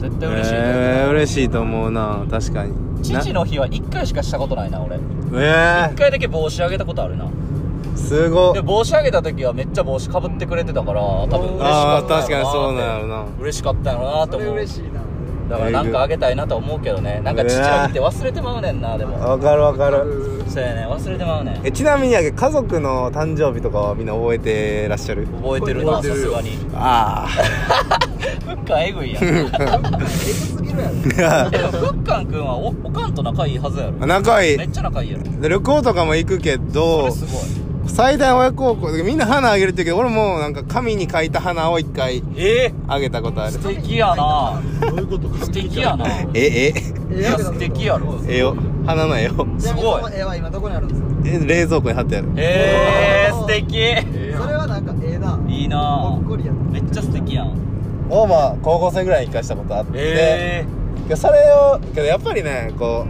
Speaker 3: たです
Speaker 4: 絶対嬉しいけど、
Speaker 2: ええ嬉しいと思うな確かにな
Speaker 4: 父の日は1回しかしたことないな俺1
Speaker 2: ええ
Speaker 4: 回だけ帽子あげたことあるな
Speaker 2: そすご
Speaker 4: で帽子あげた時はめっちゃ帽子かぶってくれてたから多分嬉しか
Speaker 2: あ
Speaker 4: っ
Speaker 2: ー
Speaker 4: た
Speaker 2: 確かにそうなんや
Speaker 4: ろ
Speaker 2: ろな
Speaker 4: 嬉しかったんやろなと
Speaker 3: それ
Speaker 4: 思う
Speaker 3: 嬉しいな
Speaker 4: だからなんかあげたいなとは思うけどねなんかちっちゃくて忘れてまうねんなでも
Speaker 2: わかるわかる
Speaker 4: そうやね忘れてまうねん
Speaker 2: えちなみにやけど家族の誕生日とかはみんな覚えてらっしゃる
Speaker 4: 覚えてるなさ
Speaker 5: 覚えてる
Speaker 4: す
Speaker 5: よ
Speaker 4: がに
Speaker 2: あ
Speaker 4: ふっかんえぐいやん でも
Speaker 3: エグすぎるやろ
Speaker 4: ふっかんくんはおおかんと仲いいはずやろ
Speaker 2: あ 仲いい
Speaker 4: めっちゃ仲いいやろ
Speaker 2: で旅行とかも行くけ
Speaker 4: そ
Speaker 2: ど
Speaker 4: れすごい
Speaker 2: 最大親孝行みんな花あげるって言うけど俺もなんか紙に書いた花を一回
Speaker 4: ええ
Speaker 2: あげたことある
Speaker 4: 素敵やな
Speaker 5: どういうことか
Speaker 4: 素敵やな
Speaker 2: ええ
Speaker 4: いや素敵やろ
Speaker 2: 絵を花の絵を
Speaker 3: ちなみに
Speaker 4: すごい
Speaker 3: その絵は今どこにあるんですか
Speaker 2: え冷蔵庫に貼ってある
Speaker 4: ええ素敵
Speaker 5: ええやん
Speaker 3: それはなんかええない
Speaker 4: いな
Speaker 3: ほっこりやな
Speaker 4: めっちゃ素敵やん
Speaker 2: をまあ高校生ぐらいに生かしたことあって、
Speaker 4: え
Speaker 2: けどそれをけどやっぱりねこ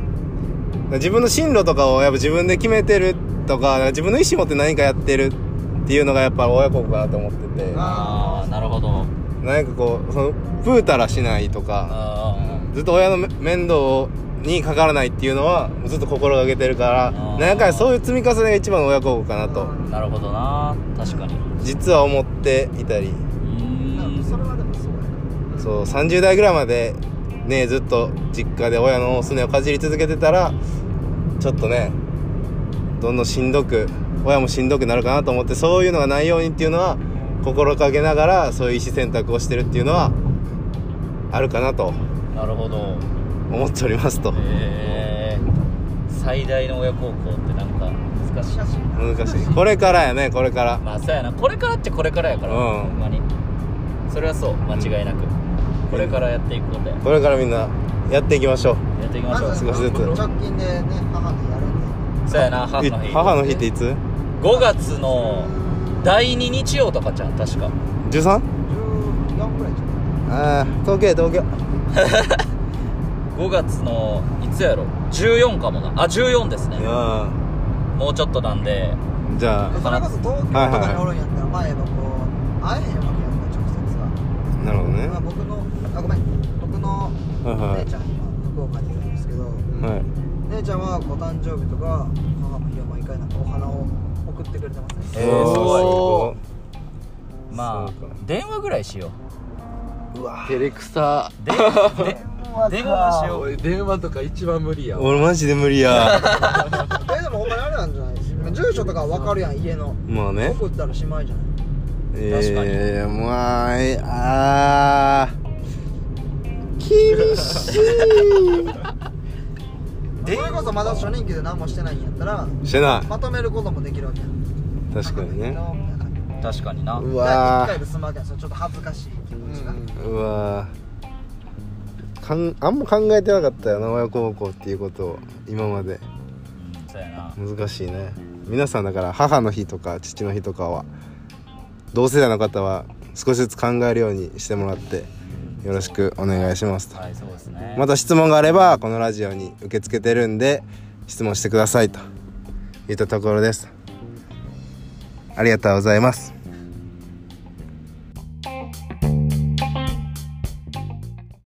Speaker 2: う自分の進路とかをやっぱ自分で決めてるとか自分の意思持って何かやってるっていうのがやっぱ親孝行かなと思ってて
Speaker 4: ー、ああなるほど
Speaker 2: なんかこうそのプータラしないとか
Speaker 4: あ
Speaker 2: ずっと親のめ面倒にかからないっていうのはずっと心がけてるから
Speaker 4: ー
Speaker 2: なんかそういう積み重ねが一番の親孝行かなと
Speaker 4: あなるほどな確かにう
Speaker 2: 実は思っていたり
Speaker 4: ー
Speaker 3: なんかそ
Speaker 4: ん
Speaker 3: れはでもそうや
Speaker 2: そう30代ぐらいまでねずっと実家で親のすねをかじり続けてたらちょっとねどんどんしんどく親もしんどくなるかなと思ってそういうのがないようにっていうのは心掛けながらそういう意思選択をしてるっていうのはあるかなと
Speaker 4: なるほど
Speaker 2: 思っておりますと
Speaker 4: えー、最大の親孝行ってなんか難しい
Speaker 3: なしかし
Speaker 2: 難し いこれからやねこれから
Speaker 4: まあそうやなこれからっちゃこれからやから、
Speaker 2: うん
Speaker 4: ほんまにそれはそう間違いなく、これからやっていくことや
Speaker 2: これからみんなやっていきましょう
Speaker 4: やっていきま
Speaker 3: ま
Speaker 4: しょう
Speaker 3: ず
Speaker 2: 少しずつ
Speaker 3: 直近でね母のやるん
Speaker 4: そうやな母
Speaker 2: い
Speaker 4: の日
Speaker 2: 母の日っていつ
Speaker 4: 5月の第2日曜とかじゃん確か
Speaker 2: 13?
Speaker 3: で14ぐらいじゃない
Speaker 2: ああ東京や東京
Speaker 4: 5月のいつやろ14かもなあ14ですね
Speaker 2: う
Speaker 4: もうちょっとなんで
Speaker 2: んじゃ
Speaker 3: それこそ東京とかにおるんやったら前のこう会えへんわけやんか直接は
Speaker 2: あなるほどね
Speaker 3: まあ僕のあごめん僕の
Speaker 2: はい
Speaker 3: お
Speaker 2: は
Speaker 3: 姉ちゃん今福岡にいるんですけ
Speaker 2: い
Speaker 3: ど
Speaker 2: はい
Speaker 3: 姉ちゃんはご誕生日とか母の日は毎回なんかお花を送ってくれてます
Speaker 4: え
Speaker 3: ね
Speaker 4: ーすご
Speaker 2: い
Speaker 4: ま
Speaker 2: そうか
Speaker 4: あ電話ぐらいしよ
Speaker 5: 照れくさ
Speaker 4: うでで電話しよう
Speaker 5: 俺電話とか一番無理や
Speaker 2: 俺マジで無理 や
Speaker 3: えでもほんまにあれなんじゃない住所とかわかるやん家の
Speaker 2: まあね
Speaker 3: 送ったらしまいじゃない
Speaker 2: えー、まあえあー厳し
Speaker 3: それこそまだ初任給で何もしてないんやったら
Speaker 2: いしてな
Speaker 3: まとめることもできるわけやん
Speaker 2: い確かにね
Speaker 3: 母の日のみたいな感じ
Speaker 4: 確かにな
Speaker 2: う
Speaker 3: だから一
Speaker 2: わ
Speaker 3: 回で済むわけやんそれちょっと恥ずかしい気持ちが
Speaker 2: ーうわーかんあんま考えてなかったよな親孝行っていうことを今まで
Speaker 4: うんそうやな
Speaker 2: 難しいね皆さんだから母の日とか父の日とかは同世代の方は少しずつ考えるようにしてもらってよろしくお願いしますと
Speaker 4: はいそうですね
Speaker 2: また質問があればこのラジオに受け付けてるんで質問してくださいといったところですありがとうございます